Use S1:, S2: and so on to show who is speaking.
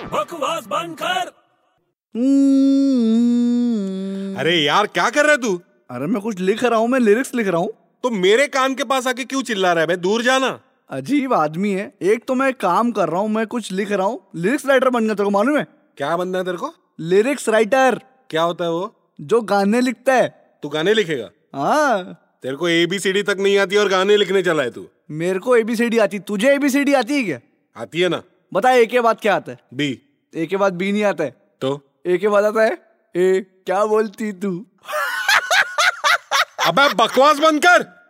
S1: आवाज बंद कर
S2: हम्म।
S3: अरे यार क्या कर रहा है तू
S2: अरे मैं कुछ लिख रहा हूँ मैं लिरिक्स लिख रहा हूँ
S3: तो मेरे कान के पास आके क्यों चिल्ला रहा है भाई दूर जाना
S2: अजीब आदमी है एक तो मैं काम कर रहा हूँ मैं कुछ लिख रहा हूँ लिरिक्स राइटर बन गया तेरे को मालूम है
S3: क्या बनना है तेरे को
S2: लिरिक्स राइटर
S3: क्या होता है वो
S2: जो गाने लिखता है
S3: तू गाने लिखेगा
S2: हाँ
S3: तेरे को एबीसीडी तक नहीं आती और गाने लिखने चला है तू
S2: मेरे को एबीसीडी आती तुझे एबीसीडी आती है क्या
S3: आती है ना
S2: बता ए के बाद क्या आता है
S3: बी
S2: ए के बाद बी नहीं आता है
S3: तो
S2: ए के बाद आता है ए क्या बोलती तू
S3: अबे बकवास बंद कर